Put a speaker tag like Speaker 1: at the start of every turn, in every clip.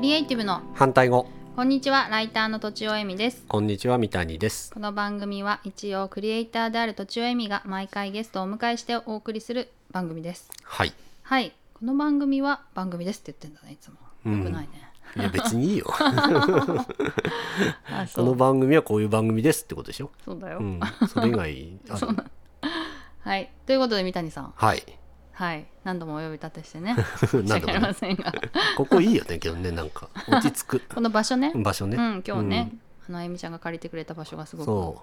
Speaker 1: エイティブの
Speaker 2: 反対語
Speaker 1: こんにちはライターのとちおえみです
Speaker 2: こんにちは三谷です
Speaker 1: この番組は一応クリエイターであるとちおえみが毎回ゲストをお迎えしてお送りする番組です
Speaker 2: はい
Speaker 1: はいこの番組は番組ですって言ってんだねいつも、
Speaker 2: うん
Speaker 1: よくないね
Speaker 2: いや 別にいいよ
Speaker 1: あ
Speaker 2: この番組はこういう番組ですってことでしょ
Speaker 1: そうだよ、
Speaker 2: うんそれ以外 ある
Speaker 1: はいということで三谷さん
Speaker 2: はい
Speaker 1: はい何度もお呼び立てして ね申し
Speaker 2: なん
Speaker 1: 訳あり
Speaker 2: だろ
Speaker 1: ま
Speaker 2: う
Speaker 1: せんが
Speaker 2: ここいいよねけどねなんか落ち着く
Speaker 1: この場所ね
Speaker 2: 場所ね
Speaker 1: うん今日ね、あのあゆみちゃんが借りてくれた場所がす
Speaker 2: う
Speaker 1: ご
Speaker 2: んそ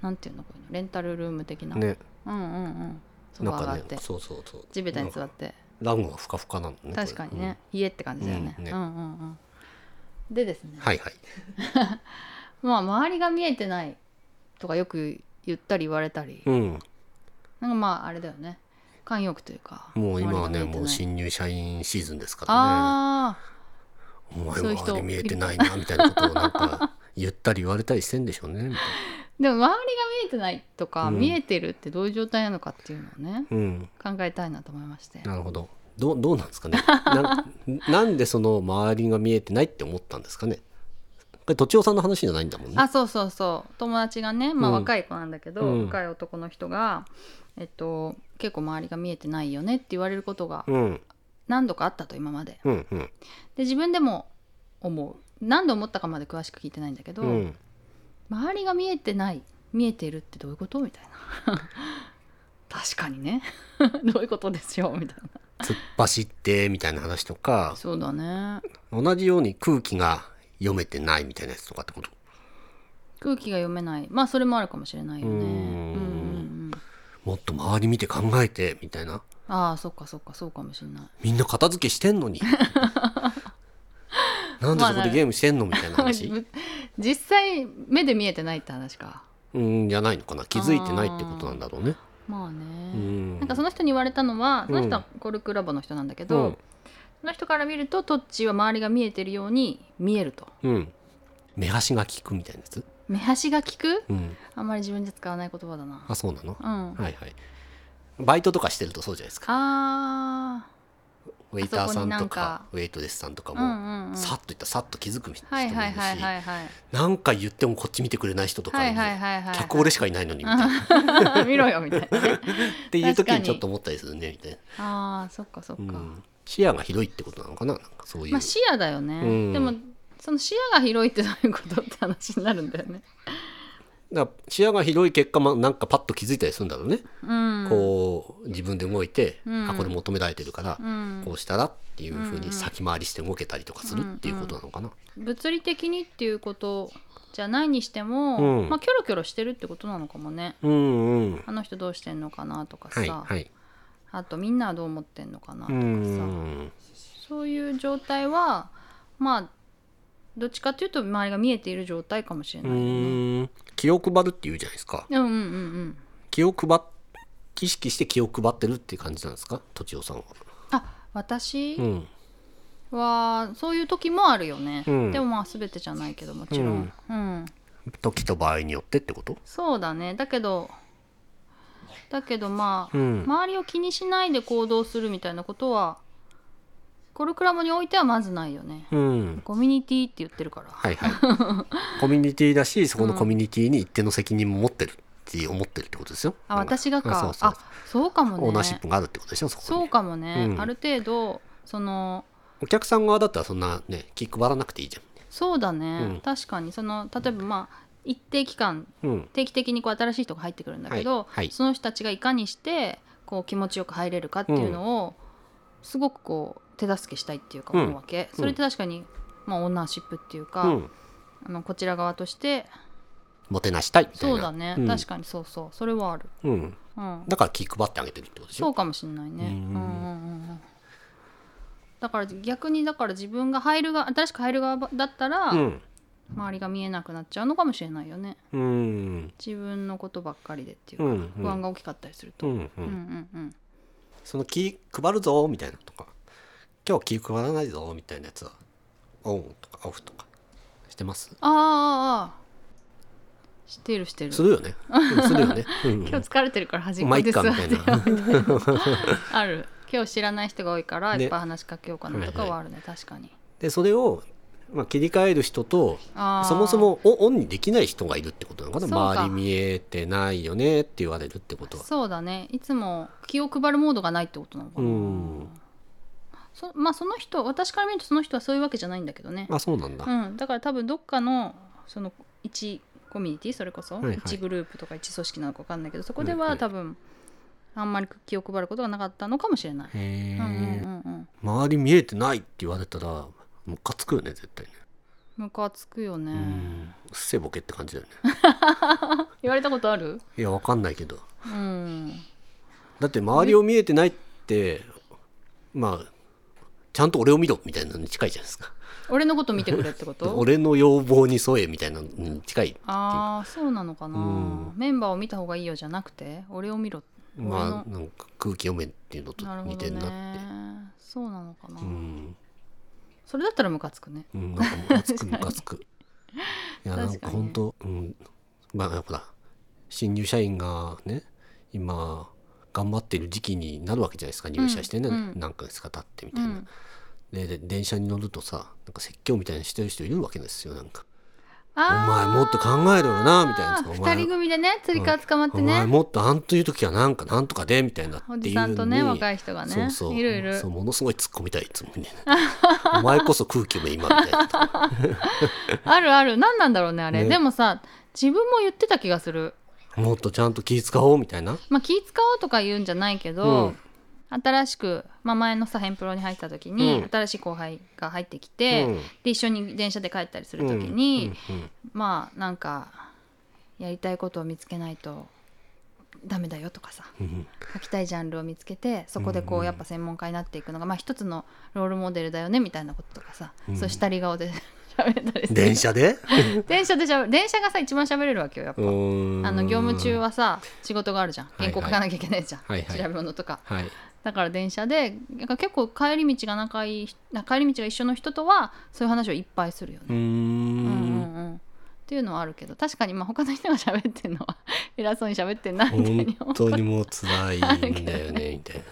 Speaker 1: くなんていうのこういうのレンタルルーム的な、
Speaker 2: うね
Speaker 1: うんうんうんソフ
Speaker 2: な
Speaker 1: ァ
Speaker 2: ん
Speaker 1: ーが
Speaker 2: か
Speaker 1: あっ
Speaker 2: ね
Speaker 1: て、
Speaker 2: そうそうそう
Speaker 1: 地べたに座
Speaker 2: なん
Speaker 1: っ
Speaker 2: か
Speaker 1: て
Speaker 2: ラングがふかふかなのね
Speaker 1: 確かにね、家って感じだよね,、う、
Speaker 2: うんん
Speaker 1: う
Speaker 2: ね
Speaker 1: んうんでですね
Speaker 2: う、んはいはい
Speaker 1: まあ周りが見えてないとかよく言ったり言われたり、
Speaker 2: うん
Speaker 1: なんかまああれだよね慣用句というか
Speaker 2: もう今はね
Speaker 1: 周りが見えてない
Speaker 2: もう新入社員シーズンですからね
Speaker 1: ああ
Speaker 2: お前
Speaker 1: そういう
Speaker 2: は
Speaker 1: 人
Speaker 2: あれ見えてないなみたいなことをなんか言ったり言われたりしてんでしょうねみたいな
Speaker 1: でも周りが見えてないとか、
Speaker 2: うん
Speaker 1: 見えてるってどういう状態なのかっていうのをね
Speaker 2: うん
Speaker 1: 考えたいなと思いまして
Speaker 2: なるほど。どうどうなんですかね。なん なんでその周りが見えてないって思ったんですかね。これとちおさんの話じゃないんだもんね。
Speaker 1: あそうそうそう友達がね、まあ、
Speaker 2: うん
Speaker 1: 若い子なんだけど、
Speaker 2: うん
Speaker 1: 若い男の人が、えっと、結構周りが見えてないよねって言われることが
Speaker 2: うん
Speaker 1: 何度かあったと今まで
Speaker 2: うんうん
Speaker 1: で自分でも思う何度思ったかまで詳しく聞いてないんだけど、
Speaker 2: うん。
Speaker 1: 周りが見えてない見えてるってどういうことみたいな 確かにね どういうことでしょうみたいな
Speaker 2: 突っ走ってみたいな話とか、
Speaker 1: そうだね
Speaker 2: 同じように空気が読めてないみたいなやつとかってこと。
Speaker 1: 空気が読めないまあそれもあるかもしれないよねう
Speaker 2: うんん
Speaker 1: うんうん
Speaker 2: もっと周り見て考えてみたいな。
Speaker 1: ああそっかそっかそうかもしれない
Speaker 2: みんな片付けしてんの に。なんでそこでゲームしてんのみたいな話。
Speaker 1: 実際目で見えてないって話か
Speaker 2: うんじゃないのかな。気づいてないってことなんだろうね。
Speaker 1: まあね、
Speaker 2: うん
Speaker 1: なんかその人に言われたのはその人はコルクラボの人なんだけど、
Speaker 2: うん
Speaker 1: その人から見るとトッチーは周りが見えてるように見えると
Speaker 2: うん。目端が効くみたいなやつ。
Speaker 1: 目端が効く
Speaker 2: うん。
Speaker 1: あんまり自分じゃ使わない言葉だな
Speaker 2: あそうなの。
Speaker 1: うん、
Speaker 2: はいはい。バイトとかしてるとそうじゃないですか。
Speaker 1: あ
Speaker 2: ウェイターさ
Speaker 1: あ
Speaker 2: ん
Speaker 1: そこになん
Speaker 2: と
Speaker 1: か
Speaker 2: か、ウェイトレスさんとか
Speaker 1: ーうんうんう
Speaker 2: も、
Speaker 1: ん
Speaker 2: さっといったらさっと気づく人も
Speaker 1: はいい
Speaker 2: るし、
Speaker 1: はいはいはいはい
Speaker 2: なんか言ってもこっち見てくれない人とか
Speaker 1: はい
Speaker 2: るんで、
Speaker 1: はいはいはい
Speaker 2: 客俺しかいないのにみたい な。
Speaker 1: 見ろよみたいなね
Speaker 2: っていう時
Speaker 1: 確かに
Speaker 2: にちょっと思ったりするね、みたいな。
Speaker 1: あーそっかそっか、
Speaker 2: うん視野が広いってことなのかななんかそういう。
Speaker 1: まあ視野だよね、
Speaker 2: うん
Speaker 1: でもその視野が広いってどういうことって話になるんだよね
Speaker 2: だから視野が広い結果、まあ、なんかパッと気づいたりするんだろうね。
Speaker 1: うん
Speaker 2: こう、自分で動いて、
Speaker 1: うん
Speaker 2: あ、これ求められてるから、
Speaker 1: うん
Speaker 2: こうしたらっていうふうに先回りして動けたりとかするっていうことなのかな。
Speaker 1: 物理的にっていうことじゃないにしても、
Speaker 2: うん
Speaker 1: まあキョロキョロしてるってことなのかもね
Speaker 2: うんうん。
Speaker 1: あの人どうしてんのかなとかさ、
Speaker 2: はいはい。
Speaker 1: あとみんなはどう思ってんのかなと
Speaker 2: う
Speaker 1: かさ、
Speaker 2: ん。
Speaker 1: そういう状態はまあどっちかっていうと周りが見えている状態かもしれ
Speaker 2: う
Speaker 1: ないよね。
Speaker 2: ーん気を配るって言うじゃないですか
Speaker 1: うんうんうんうん。
Speaker 2: 気を配っ意識して気を配ってるっていう感じなんですかとちおさんは
Speaker 1: あ私
Speaker 2: うん
Speaker 1: はそういう時もあるよね、
Speaker 2: うん
Speaker 1: でもまあ全てじゃないけどもちろん、うん、
Speaker 2: 時と場合によってってこと
Speaker 1: そうだねだけどだけどまあ、
Speaker 2: うん
Speaker 1: 周りを気にしないで行動するみたいなことはコルクラボにおいてはまずないよね
Speaker 2: うん
Speaker 1: コミュニティって言ってるから
Speaker 2: はいはいコミュニティだしそこのコミュニティに一定の責任も持ってるって思ってるってことですよ
Speaker 1: あ私がか
Speaker 2: そ
Speaker 1: あ
Speaker 2: うそ
Speaker 1: そ
Speaker 2: う
Speaker 1: うかもね
Speaker 2: オーナーシップがあるってことでしょそこに
Speaker 1: そうかもね、
Speaker 2: うん
Speaker 1: ある程度その
Speaker 2: お客さん側だったらそんなね気配らなくていいじ
Speaker 1: そうだね、
Speaker 2: うん
Speaker 1: 確かにその例えばまあ一定期間
Speaker 2: ゃんうん
Speaker 1: 定期的にこう新しい人が入ってくるんだけど、
Speaker 2: はいはい
Speaker 1: その人たちがいかにしてこう気持ちよく入れるかっていうのを、すごくこう手助けしたいっていうか
Speaker 2: うん
Speaker 1: 思うわけ、それって確かに、まあ、オーナーシップっていうか、
Speaker 2: うん
Speaker 1: あのこちら側として
Speaker 2: もてなしたいみたいな
Speaker 1: そうだね、
Speaker 2: うん
Speaker 1: 確かにそうそうそれはある、
Speaker 2: うん
Speaker 1: うん、
Speaker 2: だから気配ってあげてるってことでし
Speaker 1: そう
Speaker 2: ょ
Speaker 1: かもしれないねうんん
Speaker 2: う
Speaker 1: うんうんうんだから逆にだから自分が入るが新しく入る側だったら、
Speaker 2: うん
Speaker 1: 周りが見えなくなっちゃうのかもしれないよね
Speaker 2: うん
Speaker 1: 自分のことばっかりでっていう
Speaker 2: う
Speaker 1: か、
Speaker 2: んう
Speaker 1: 不安
Speaker 2: ん
Speaker 1: が大きかったりする
Speaker 2: う
Speaker 1: と、
Speaker 2: んう
Speaker 1: うんん、うんうん
Speaker 2: その気配るぞみたいなのとか今日気配らないぞみたいなやつはオンとかオフとかしてます
Speaker 1: ああああああ知ってる知ってる
Speaker 2: す るよね、うんするよね、うんうん
Speaker 1: 今日疲れてるから端っ
Speaker 2: ま
Speaker 1: こ
Speaker 2: あい
Speaker 1: で
Speaker 2: っ
Speaker 1: 座
Speaker 2: か
Speaker 1: って
Speaker 2: みた
Speaker 1: よ
Speaker 2: いな
Speaker 1: ある今日知らない人が多いからい
Speaker 2: ね
Speaker 1: っぱい話しかけようかなとかはあるね確かに
Speaker 2: でそれをまあ、切り替える人と
Speaker 1: あー
Speaker 2: そもそもオンオンにできない人がいるってことなのかな
Speaker 1: そうか
Speaker 2: 周り見えてないよねって言われるってことは
Speaker 1: そうだねいつも気を配るモードがないってことなのか
Speaker 2: う
Speaker 1: な、
Speaker 2: ん
Speaker 1: そまあその人私から見るとその人はそういうわけじゃないんだけどね、
Speaker 2: あそうなんだ、
Speaker 1: うん、だから多分どっかのその1コミュニティそれこそ
Speaker 2: はいはい
Speaker 1: 1グループとか1組織なのか分かんないけどそこで
Speaker 2: はいは
Speaker 1: はい多分あんまり気を配ることがなかったのかもしれない。
Speaker 2: へえ、
Speaker 1: うんうんうんうん
Speaker 2: 周り見えてないって言われたらムカつくよね絶対ね
Speaker 1: ムカつくよね、
Speaker 2: うんうっせえボケって感じだよね
Speaker 1: 言われたことある
Speaker 2: いやわかんないけど
Speaker 1: うん
Speaker 2: だって周りを見えてないってまあちゃんと俺を見ろみたいなのに近いじゃないですか
Speaker 1: 俺のこと見てくれってこと
Speaker 2: 俺の要望に沿えみたいなのに近い
Speaker 1: ああそうなのかな、
Speaker 2: うん
Speaker 1: メンバーを見た方がいいよじゃなくて俺を見ろ俺の
Speaker 2: まあなんか空気読めっていうのと
Speaker 1: なるほ
Speaker 2: 似
Speaker 1: ど
Speaker 2: てんなって
Speaker 1: ねそうなのかな、
Speaker 2: うん、
Speaker 1: それだったらムカつくね
Speaker 2: うん、なんかムカつくムカつくいや
Speaker 1: 確かに
Speaker 2: なんか本当うんまあほら新入社員がね今頑張ってる時期になるわけじゃないですか入社してね、
Speaker 1: うん
Speaker 2: 何ヶ月か経ってみ
Speaker 1: う
Speaker 2: たいな、
Speaker 1: ん
Speaker 2: でで電車に乗るとさなんか説教みたいにしてる人いるわけですよなんか「お前
Speaker 1: あ
Speaker 2: もっと考えろよな」みたいな
Speaker 1: あ
Speaker 2: さお
Speaker 1: 2
Speaker 2: 前
Speaker 1: 人組でねつり革捕まって
Speaker 2: お前
Speaker 1: ね
Speaker 2: もっとあんという時はなんかなんとかでみたいな
Speaker 1: お
Speaker 2: っ
Speaker 1: じ
Speaker 2: ていうの
Speaker 1: さ
Speaker 2: に
Speaker 1: んとね若い人がね
Speaker 2: そうそう
Speaker 1: いるいる
Speaker 2: そうものすごい突っ込みたいいつもねお前こそ空気読め今みたいなとか
Speaker 1: あるある何なんだろうねあれ
Speaker 2: ね
Speaker 1: でもさ自分も言ってた気がする
Speaker 2: もっとちゃんと気使おうみたいな
Speaker 1: まあ気使おうとか言うんじゃないけど、新しく、まあ、前のさヘンプロに入った時に、
Speaker 2: うん
Speaker 1: 新しい後輩が入ってきて、
Speaker 2: うん
Speaker 1: で一緒に電車で帰ったりする時に、
Speaker 2: うんうんうん
Speaker 1: まあなんかやりたいことを見つけないとダメだよとかさ
Speaker 2: うん
Speaker 1: 書きたいジャンルを見つけてそこでこ
Speaker 2: うんう
Speaker 1: うんやっぱ専門家になっていくのが、まあ一つのロールモデルだよねみたいなこととかさ、
Speaker 2: うん
Speaker 1: そうしたり顔で 喋ったりする
Speaker 2: 電車 で
Speaker 1: 電車でしゃべ電車がさ一番喋れるわけよやっぱ、
Speaker 2: うーん
Speaker 1: あの業務中はさ仕事があるじゃん原稿書かなきゃいけないじゃん、
Speaker 2: はいはい
Speaker 1: 調べ物とか
Speaker 2: はい
Speaker 1: だから電車でなんか結構帰り道が仲いい人帰り道が一緒の人とはそういう話をいっぱいするよね
Speaker 2: うー
Speaker 1: うんうんんうんっていうのはあるけど確かにまあ他の人が喋ってんのは偉そうに喋ってんなみたいに思
Speaker 2: 本当にもう辛いんだよねみたい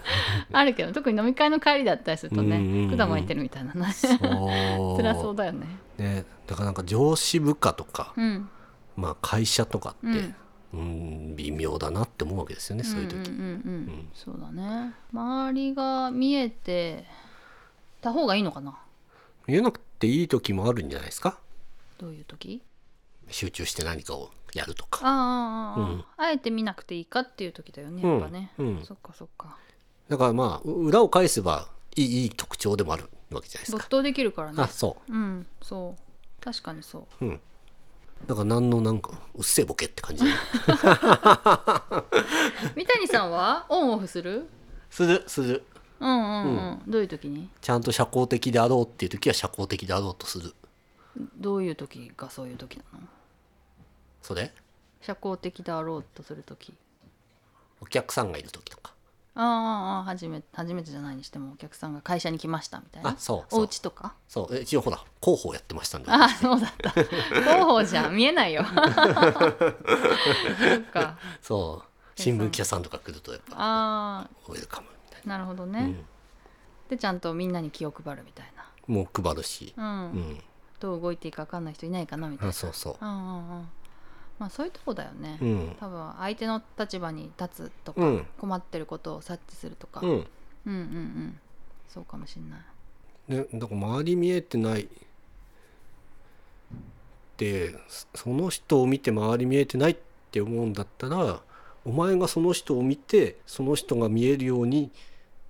Speaker 2: な
Speaker 1: あるけど特に飲み会の帰りだったりするとね
Speaker 2: うんうんうん
Speaker 1: 管巻いてるみたいなね
Speaker 2: そう
Speaker 1: 辛そうだよね
Speaker 2: ねだからなんか上司部下とか、
Speaker 1: うん
Speaker 2: まあ会社とかって
Speaker 1: うん
Speaker 2: うん微妙だなって思うわけですよねそういう時、
Speaker 1: うんうんうんうん
Speaker 2: うん
Speaker 1: そうだね周りが見えてた方がいいのかな
Speaker 2: 見えなくていい時もあるんじゃないですか
Speaker 1: どういう時
Speaker 2: 集中して何かをやると
Speaker 1: あああ
Speaker 2: か
Speaker 1: あああ、
Speaker 2: うん
Speaker 1: あえて見なくていいかっていう時だよねやっぱね、
Speaker 2: うんうん
Speaker 1: そっかそっか
Speaker 2: だからまあう裏を返せばいいいい特徴でもあるわけじゃないです
Speaker 1: 没
Speaker 2: か
Speaker 1: 頭できるからね
Speaker 2: あそ
Speaker 1: うんそう確かにそう
Speaker 2: ううんだから何のなんかうっせえボケって感じ
Speaker 1: 三谷さん はオンオフ する
Speaker 2: するする
Speaker 1: うんうんうん、どういう時に
Speaker 2: ちゃんと社交的であろうっていう時は社交的であろうとする
Speaker 1: どういう時がそういう時なの
Speaker 2: それ
Speaker 1: 社交的であろうとする時
Speaker 2: お客さんがいる時とか
Speaker 1: ああああ初め初めてじゃないにしてもお客さんが会社に来ましたみたいな
Speaker 2: あそうそう
Speaker 1: お家とか
Speaker 2: そうえ一応ほら広報やってましたんで
Speaker 1: ああそうだった広報じゃん見え ないよそっか
Speaker 2: そう新聞記者さんとか来るとやっぱ
Speaker 1: あ
Speaker 2: ウェルカムみたい
Speaker 1: あなるほどね、
Speaker 2: な、うん
Speaker 1: でちゃんとみんなに気を配るみたい
Speaker 2: もう配るし、
Speaker 1: なうん、
Speaker 2: うん、
Speaker 1: どう動いていいか分かんない人いないかなみたい
Speaker 2: あ
Speaker 1: な
Speaker 2: そうそう
Speaker 1: うんうんうんまあそういうとこだよね、
Speaker 2: うん
Speaker 1: 多分相手の立場に立つとか、
Speaker 2: うん
Speaker 1: 困ってることを察知するとか、
Speaker 2: うん
Speaker 1: うんうんうんそうかもしんない
Speaker 2: ね、だから周り見えてないでそその人を見て周り見えてないって思うんだったらお前がその人を見てその人が見えるように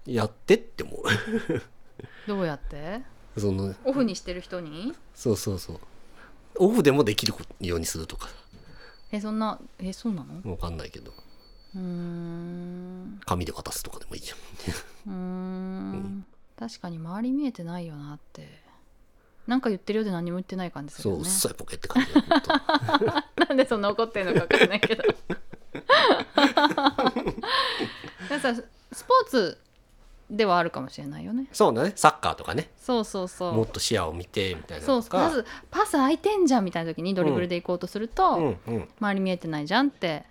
Speaker 2: やってって思
Speaker 1: どうやって
Speaker 2: う その
Speaker 1: オフにしてる人に
Speaker 2: そうそうそうオフでもできるようにするとか
Speaker 1: えそんなえそうなの
Speaker 2: わかんないけど
Speaker 1: うーん
Speaker 2: 紙で渡すとかでもいいじゃん
Speaker 1: うーん確かに周り見えてないよなってなんか言ってるようで何も言ってない感じす
Speaker 2: そ
Speaker 1: る
Speaker 2: う
Speaker 1: よ
Speaker 2: うっ
Speaker 1: ね
Speaker 2: さいポケって感じだよほんと
Speaker 1: なんでそんな怒ってんのか分かんないけ どなんかさスポーツではあるかもしれないよね
Speaker 2: そうだねサッカーとかね
Speaker 1: そうそうそう
Speaker 2: もっと視野を見てみたいな
Speaker 1: そう
Speaker 2: の
Speaker 1: そ
Speaker 2: と
Speaker 1: うま
Speaker 2: か
Speaker 1: ずパス空いてんじゃんみたいな時にドリブルで行こうとすると、
Speaker 2: うんうん
Speaker 1: 周り見えてないじゃんって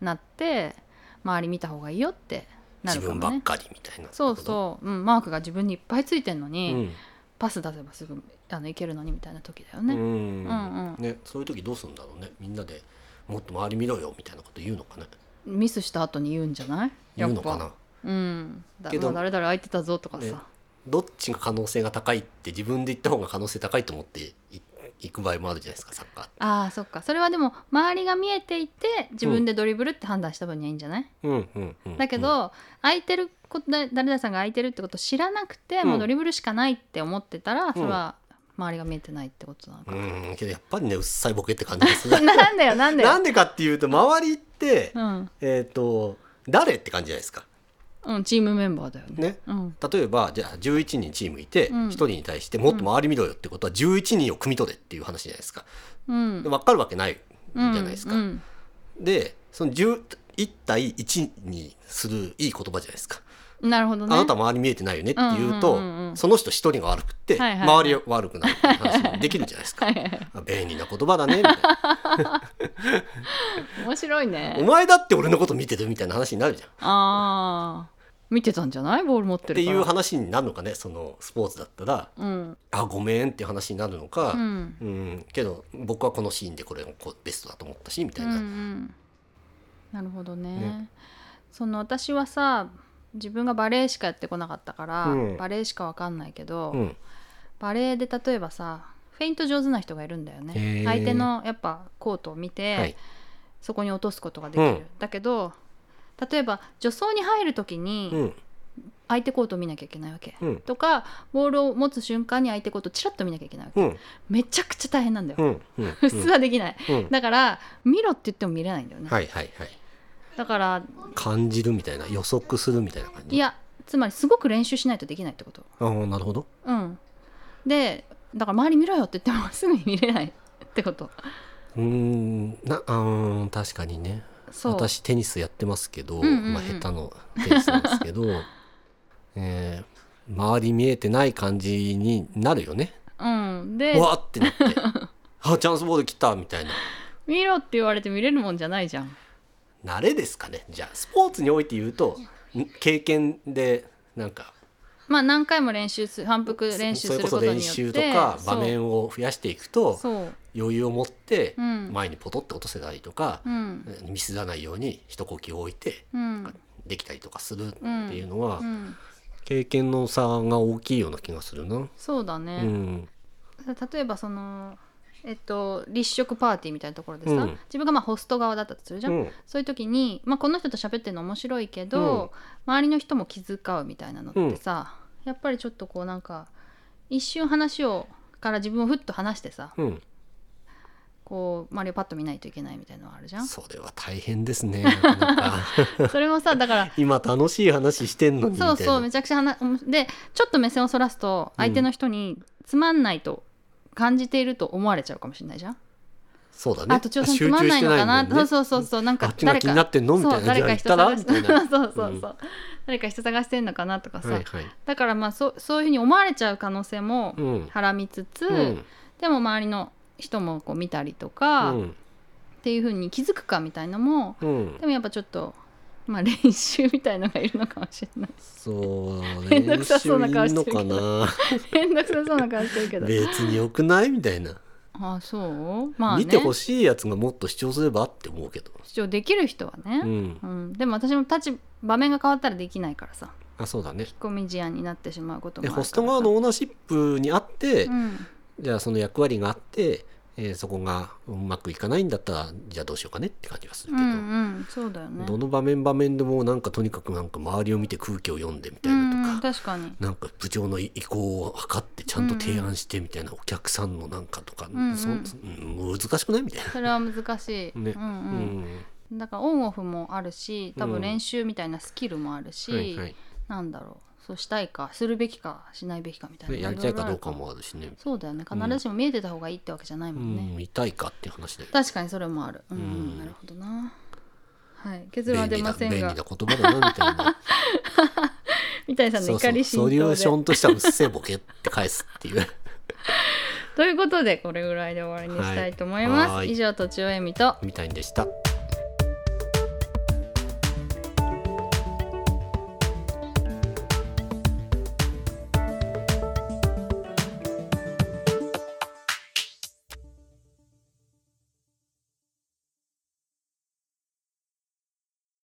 Speaker 1: なって周り見た方がいいよってな
Speaker 2: 自
Speaker 1: るか
Speaker 2: 分
Speaker 1: も
Speaker 2: ばっ
Speaker 1: ね
Speaker 2: かりみたいな
Speaker 1: そうそう、うん、マークが自分にいっぱいついてんの
Speaker 2: う
Speaker 1: に、
Speaker 2: ん
Speaker 1: パス出せばすぐあのいけるのにみたいな時だよ
Speaker 2: う
Speaker 1: ね、
Speaker 2: ん
Speaker 1: うんうん
Speaker 2: ねそういう時どうするんだろうねみんなでもっと周り見ろよみたいなこと言うのかね
Speaker 1: ミスした後に言うんじゃないや
Speaker 2: 言う
Speaker 1: っ
Speaker 2: のか
Speaker 1: ぱ
Speaker 2: な
Speaker 1: うんだ
Speaker 2: けど
Speaker 1: まあ誰々空いてたぞとかさ、
Speaker 2: ねどっちが可能性が高いって自分で言った方が可能性高いと思ってい行く場合もあるじゃないですかサッカーって
Speaker 1: ああそっかそれはでも周りが見えていて自分でドリブルって判断した分にはいいんじゃない、
Speaker 2: うんうんうん
Speaker 1: だけ
Speaker 2: うん
Speaker 1: ど、空いてることだ誰々さんが空いてるってことを知らなくて、
Speaker 2: うん
Speaker 1: もうドリブルしかないって思ってたらそれは周りが見えてないってことなのか
Speaker 2: う、んけどやっぱりねうっさいボケって感じですね
Speaker 1: なんだよなんだよ
Speaker 2: なんでかっていうと周りって、
Speaker 1: うん、
Speaker 2: えっ、と誰って感じじゃないですか
Speaker 1: うん、チームメンバーだよね
Speaker 2: ね
Speaker 1: うん
Speaker 2: 例えばじゃあ11人チームいて
Speaker 1: うん
Speaker 2: 1人に対してもっと周り見ろよってことは11人を汲み取れっていう話じゃないですか
Speaker 1: うん
Speaker 2: で分かるわけないじ
Speaker 1: う
Speaker 2: ゃ
Speaker 1: ん
Speaker 2: ないですか、
Speaker 1: うん
Speaker 2: でその11対1にするいい言葉じゃないですか、
Speaker 1: なるほどね
Speaker 2: あなた周り見えてないよねって言うと、
Speaker 1: うんうんうんうん
Speaker 2: その人一人が悪くって、
Speaker 1: はいはいはい
Speaker 2: 周りは悪くなるって話もできるじゃないですか
Speaker 1: はいはいはい
Speaker 2: あ便利な言葉だねみたいな
Speaker 1: 面白い
Speaker 2: お
Speaker 1: ね
Speaker 2: 前だって俺のこと見てるみたいな話に なるじゃん
Speaker 1: ああ見てたんじゃないボール持って
Speaker 2: って
Speaker 1: るか
Speaker 2: い
Speaker 1: ら
Speaker 2: う話になるのかねそのスポーツだったら
Speaker 1: うん
Speaker 2: あごめんっていう話になるのか、
Speaker 1: う
Speaker 2: うん
Speaker 1: ん
Speaker 2: けど僕はこのシーンでこれがこうベストだと思ったしみたい
Speaker 1: う
Speaker 2: な、
Speaker 1: んうん、なるほどね
Speaker 2: ね
Speaker 1: その私はさ自分がバレエしかやってこなかったから、
Speaker 2: うん
Speaker 1: バレエしかわかんないけど、
Speaker 2: うん
Speaker 1: バレエで例えばさフェイント上手な人がいるんだよ
Speaker 2: へ
Speaker 1: ね
Speaker 2: ー
Speaker 1: 相手のやっぱコートを見て、
Speaker 2: はい
Speaker 1: そこに落とすことができる、
Speaker 2: うん
Speaker 1: だけど例えば助走に入る時
Speaker 2: う
Speaker 1: に
Speaker 2: ん
Speaker 1: 相手コートを見なきゃいけないわけ、
Speaker 2: うん
Speaker 1: とかボールを持つ瞬間に相手コートをチラッと見なきゃいけないわけ、
Speaker 2: うん
Speaker 1: めちゃくちゃ大変なんだよ、
Speaker 2: うんうんうん
Speaker 1: 普通はできない、
Speaker 2: うん
Speaker 1: だから見ろって言っても見れないんだよね、
Speaker 2: はいはいはい
Speaker 1: だから
Speaker 2: 感じるみたいな予測するみたいな感じ
Speaker 1: いやつまりすごく練習しないとできないってこと
Speaker 2: ああなるほど
Speaker 1: うんでだから周り見ろよって言ってもすぐに見れないってこと
Speaker 2: うーんなあー確かにね
Speaker 1: そう
Speaker 2: 私テニスやってますけど、
Speaker 1: うんうんうん
Speaker 2: まあ、下手のテニスなんです けど、えー周り見えてない感じになるよね
Speaker 1: うんで
Speaker 2: わーってなってあチャンスボール来たみたいな
Speaker 1: 見ろって言われて見れるもんじゃないじゃん
Speaker 2: 慣れですかねじゃあスポーツにおいて言うとん経験でなんか
Speaker 1: まあ何回も練習す反復練習
Speaker 2: そ
Speaker 1: する
Speaker 2: れこ
Speaker 1: こ
Speaker 2: そ
Speaker 1: とによって
Speaker 2: 練習とか場面を増やしていく
Speaker 1: そう
Speaker 2: と
Speaker 1: そう
Speaker 2: 余裕を持って
Speaker 1: うん
Speaker 2: 前にポトって落とせたりとか、
Speaker 1: うん
Speaker 2: ミスらないように一呼吸置いて
Speaker 1: うん
Speaker 2: できたりとかするっていうのは、
Speaker 1: うん
Speaker 2: 経験の差が大きいような気がするな。
Speaker 1: そうだ
Speaker 2: う
Speaker 1: ね、
Speaker 2: ん
Speaker 1: 例えばそのえっと立食パーティーみたいなところでさ、
Speaker 2: うん
Speaker 1: 自分がまあホスト側だったとするじ
Speaker 2: う
Speaker 1: ゃん、
Speaker 2: ん
Speaker 1: そういう時に、まあ、この人と喋ってるの面白いけど、周りの人も気遣うみたいなのってさ、やっぱりちょっとこうなんか一瞬話をから自分をふっと話してさ
Speaker 2: うん、
Speaker 1: こう周りをパッと見ないといけないみたいなのはあるじゃん
Speaker 2: それは大変で すね。なかなか
Speaker 1: それもさだから
Speaker 2: 今楽しい話してんのにみた
Speaker 1: そ
Speaker 2: いな。
Speaker 1: うそうめちゃくちゃ話でちょっと目線をそらすと相手の人につまんないと感じていると思われちゃうかもしれないじゃん、
Speaker 2: そうだね。
Speaker 1: あ途中さんつまんないのかな
Speaker 2: 集中していんだよね
Speaker 1: そうそうそうそうなん
Speaker 2: あ
Speaker 1: か
Speaker 2: っちが
Speaker 1: 誰
Speaker 2: 気に
Speaker 1: か
Speaker 2: なってんのみ
Speaker 1: そ
Speaker 2: たいうな。じ
Speaker 1: 誰
Speaker 2: ゃあ
Speaker 1: か
Speaker 2: 行っ
Speaker 1: 人
Speaker 2: たら
Speaker 1: 探
Speaker 2: み
Speaker 1: したて
Speaker 2: い な。
Speaker 1: そうそうそう、
Speaker 2: うん
Speaker 1: 誰か人探してんのかなとかさ、
Speaker 2: はいはい。
Speaker 1: だからまあそそういうふうに思われちゃう可能性も
Speaker 2: うん。
Speaker 1: はらみつつ、
Speaker 2: うん
Speaker 1: でも周りの人もこう見たりとか、
Speaker 2: う
Speaker 1: っ
Speaker 2: ん
Speaker 1: ていうふうに気づくかみたいのも
Speaker 2: うん
Speaker 1: でもやっぱちょっと、まあ、練習みたいのがいるのかもしれない
Speaker 2: そう
Speaker 1: めんどく
Speaker 2: 練
Speaker 1: さそ
Speaker 2: 習
Speaker 1: う
Speaker 2: い
Speaker 1: な顔
Speaker 2: ん
Speaker 1: し
Speaker 2: の
Speaker 1: てるけ
Speaker 2: か
Speaker 1: ど
Speaker 2: な
Speaker 1: めんどくさそうな感じしてるけど
Speaker 2: 別によくないみたいな、
Speaker 1: ああそうまあね
Speaker 2: 見てほしいやつがもっと主張すればって思うけど、
Speaker 1: 主張できる人は
Speaker 2: う
Speaker 1: ね、
Speaker 2: ん
Speaker 1: う、んでも私も立ち場面が変わったらできないからさ
Speaker 2: あそうだね
Speaker 1: 引っ込み思案になってしまうことも
Speaker 2: で
Speaker 1: あるから
Speaker 2: ホス
Speaker 1: さ
Speaker 2: ト側のオーナーシップにあって、
Speaker 1: うん
Speaker 2: じゃあその役割があって、えーそこがうまくいかないんだったらじゃあどうしようかねって感じはする
Speaker 1: う
Speaker 2: けど、
Speaker 1: んうんそうだよね
Speaker 2: どの場面場面でもなんかとにかくなんか周りを見て空気を読んでみた
Speaker 1: う
Speaker 2: い
Speaker 1: んう
Speaker 2: なとか
Speaker 1: ん、確かに
Speaker 2: なんか部長の意向を図ってちゃんと提案してみたいな、お客さんのなんかとか、
Speaker 1: んうん
Speaker 2: そうん難しくないみたい
Speaker 1: それは難しい、
Speaker 2: な。ね、
Speaker 1: うんうんだからオンオフもあるし多
Speaker 2: う
Speaker 1: 分
Speaker 2: ん
Speaker 1: 練習みたいなスキルもあるし、
Speaker 2: はいはい、
Speaker 1: なんだろうそうしたいかするべきかしないべきかみたいな
Speaker 2: ねやりたいかどうかもあるしね、
Speaker 1: そうだよね必ずしも見えてた方がいいってわけじゃないも
Speaker 2: うん
Speaker 1: ね、
Speaker 2: ん、見たいかって話だよ。
Speaker 1: 確かにそれもあるうん、うん
Speaker 2: うん
Speaker 1: なるほどなはい結
Speaker 2: 便
Speaker 1: 論は出
Speaker 2: 利な
Speaker 1: ませ
Speaker 2: 便
Speaker 1: ん
Speaker 2: 利な
Speaker 1: が
Speaker 2: 言葉だなみたい な。
Speaker 1: 三谷さんの
Speaker 2: そう
Speaker 1: 怒
Speaker 2: そ
Speaker 1: り
Speaker 2: う
Speaker 1: 心
Speaker 2: ソ
Speaker 1: 頭
Speaker 2: リ
Speaker 1: で
Speaker 2: ューションとしてはうっせえボケって返すっていう。
Speaker 1: ということでこれぐらいで終わりにしたいと思います、
Speaker 2: はいはーい
Speaker 1: 以上とちおえみと
Speaker 2: みたいでした。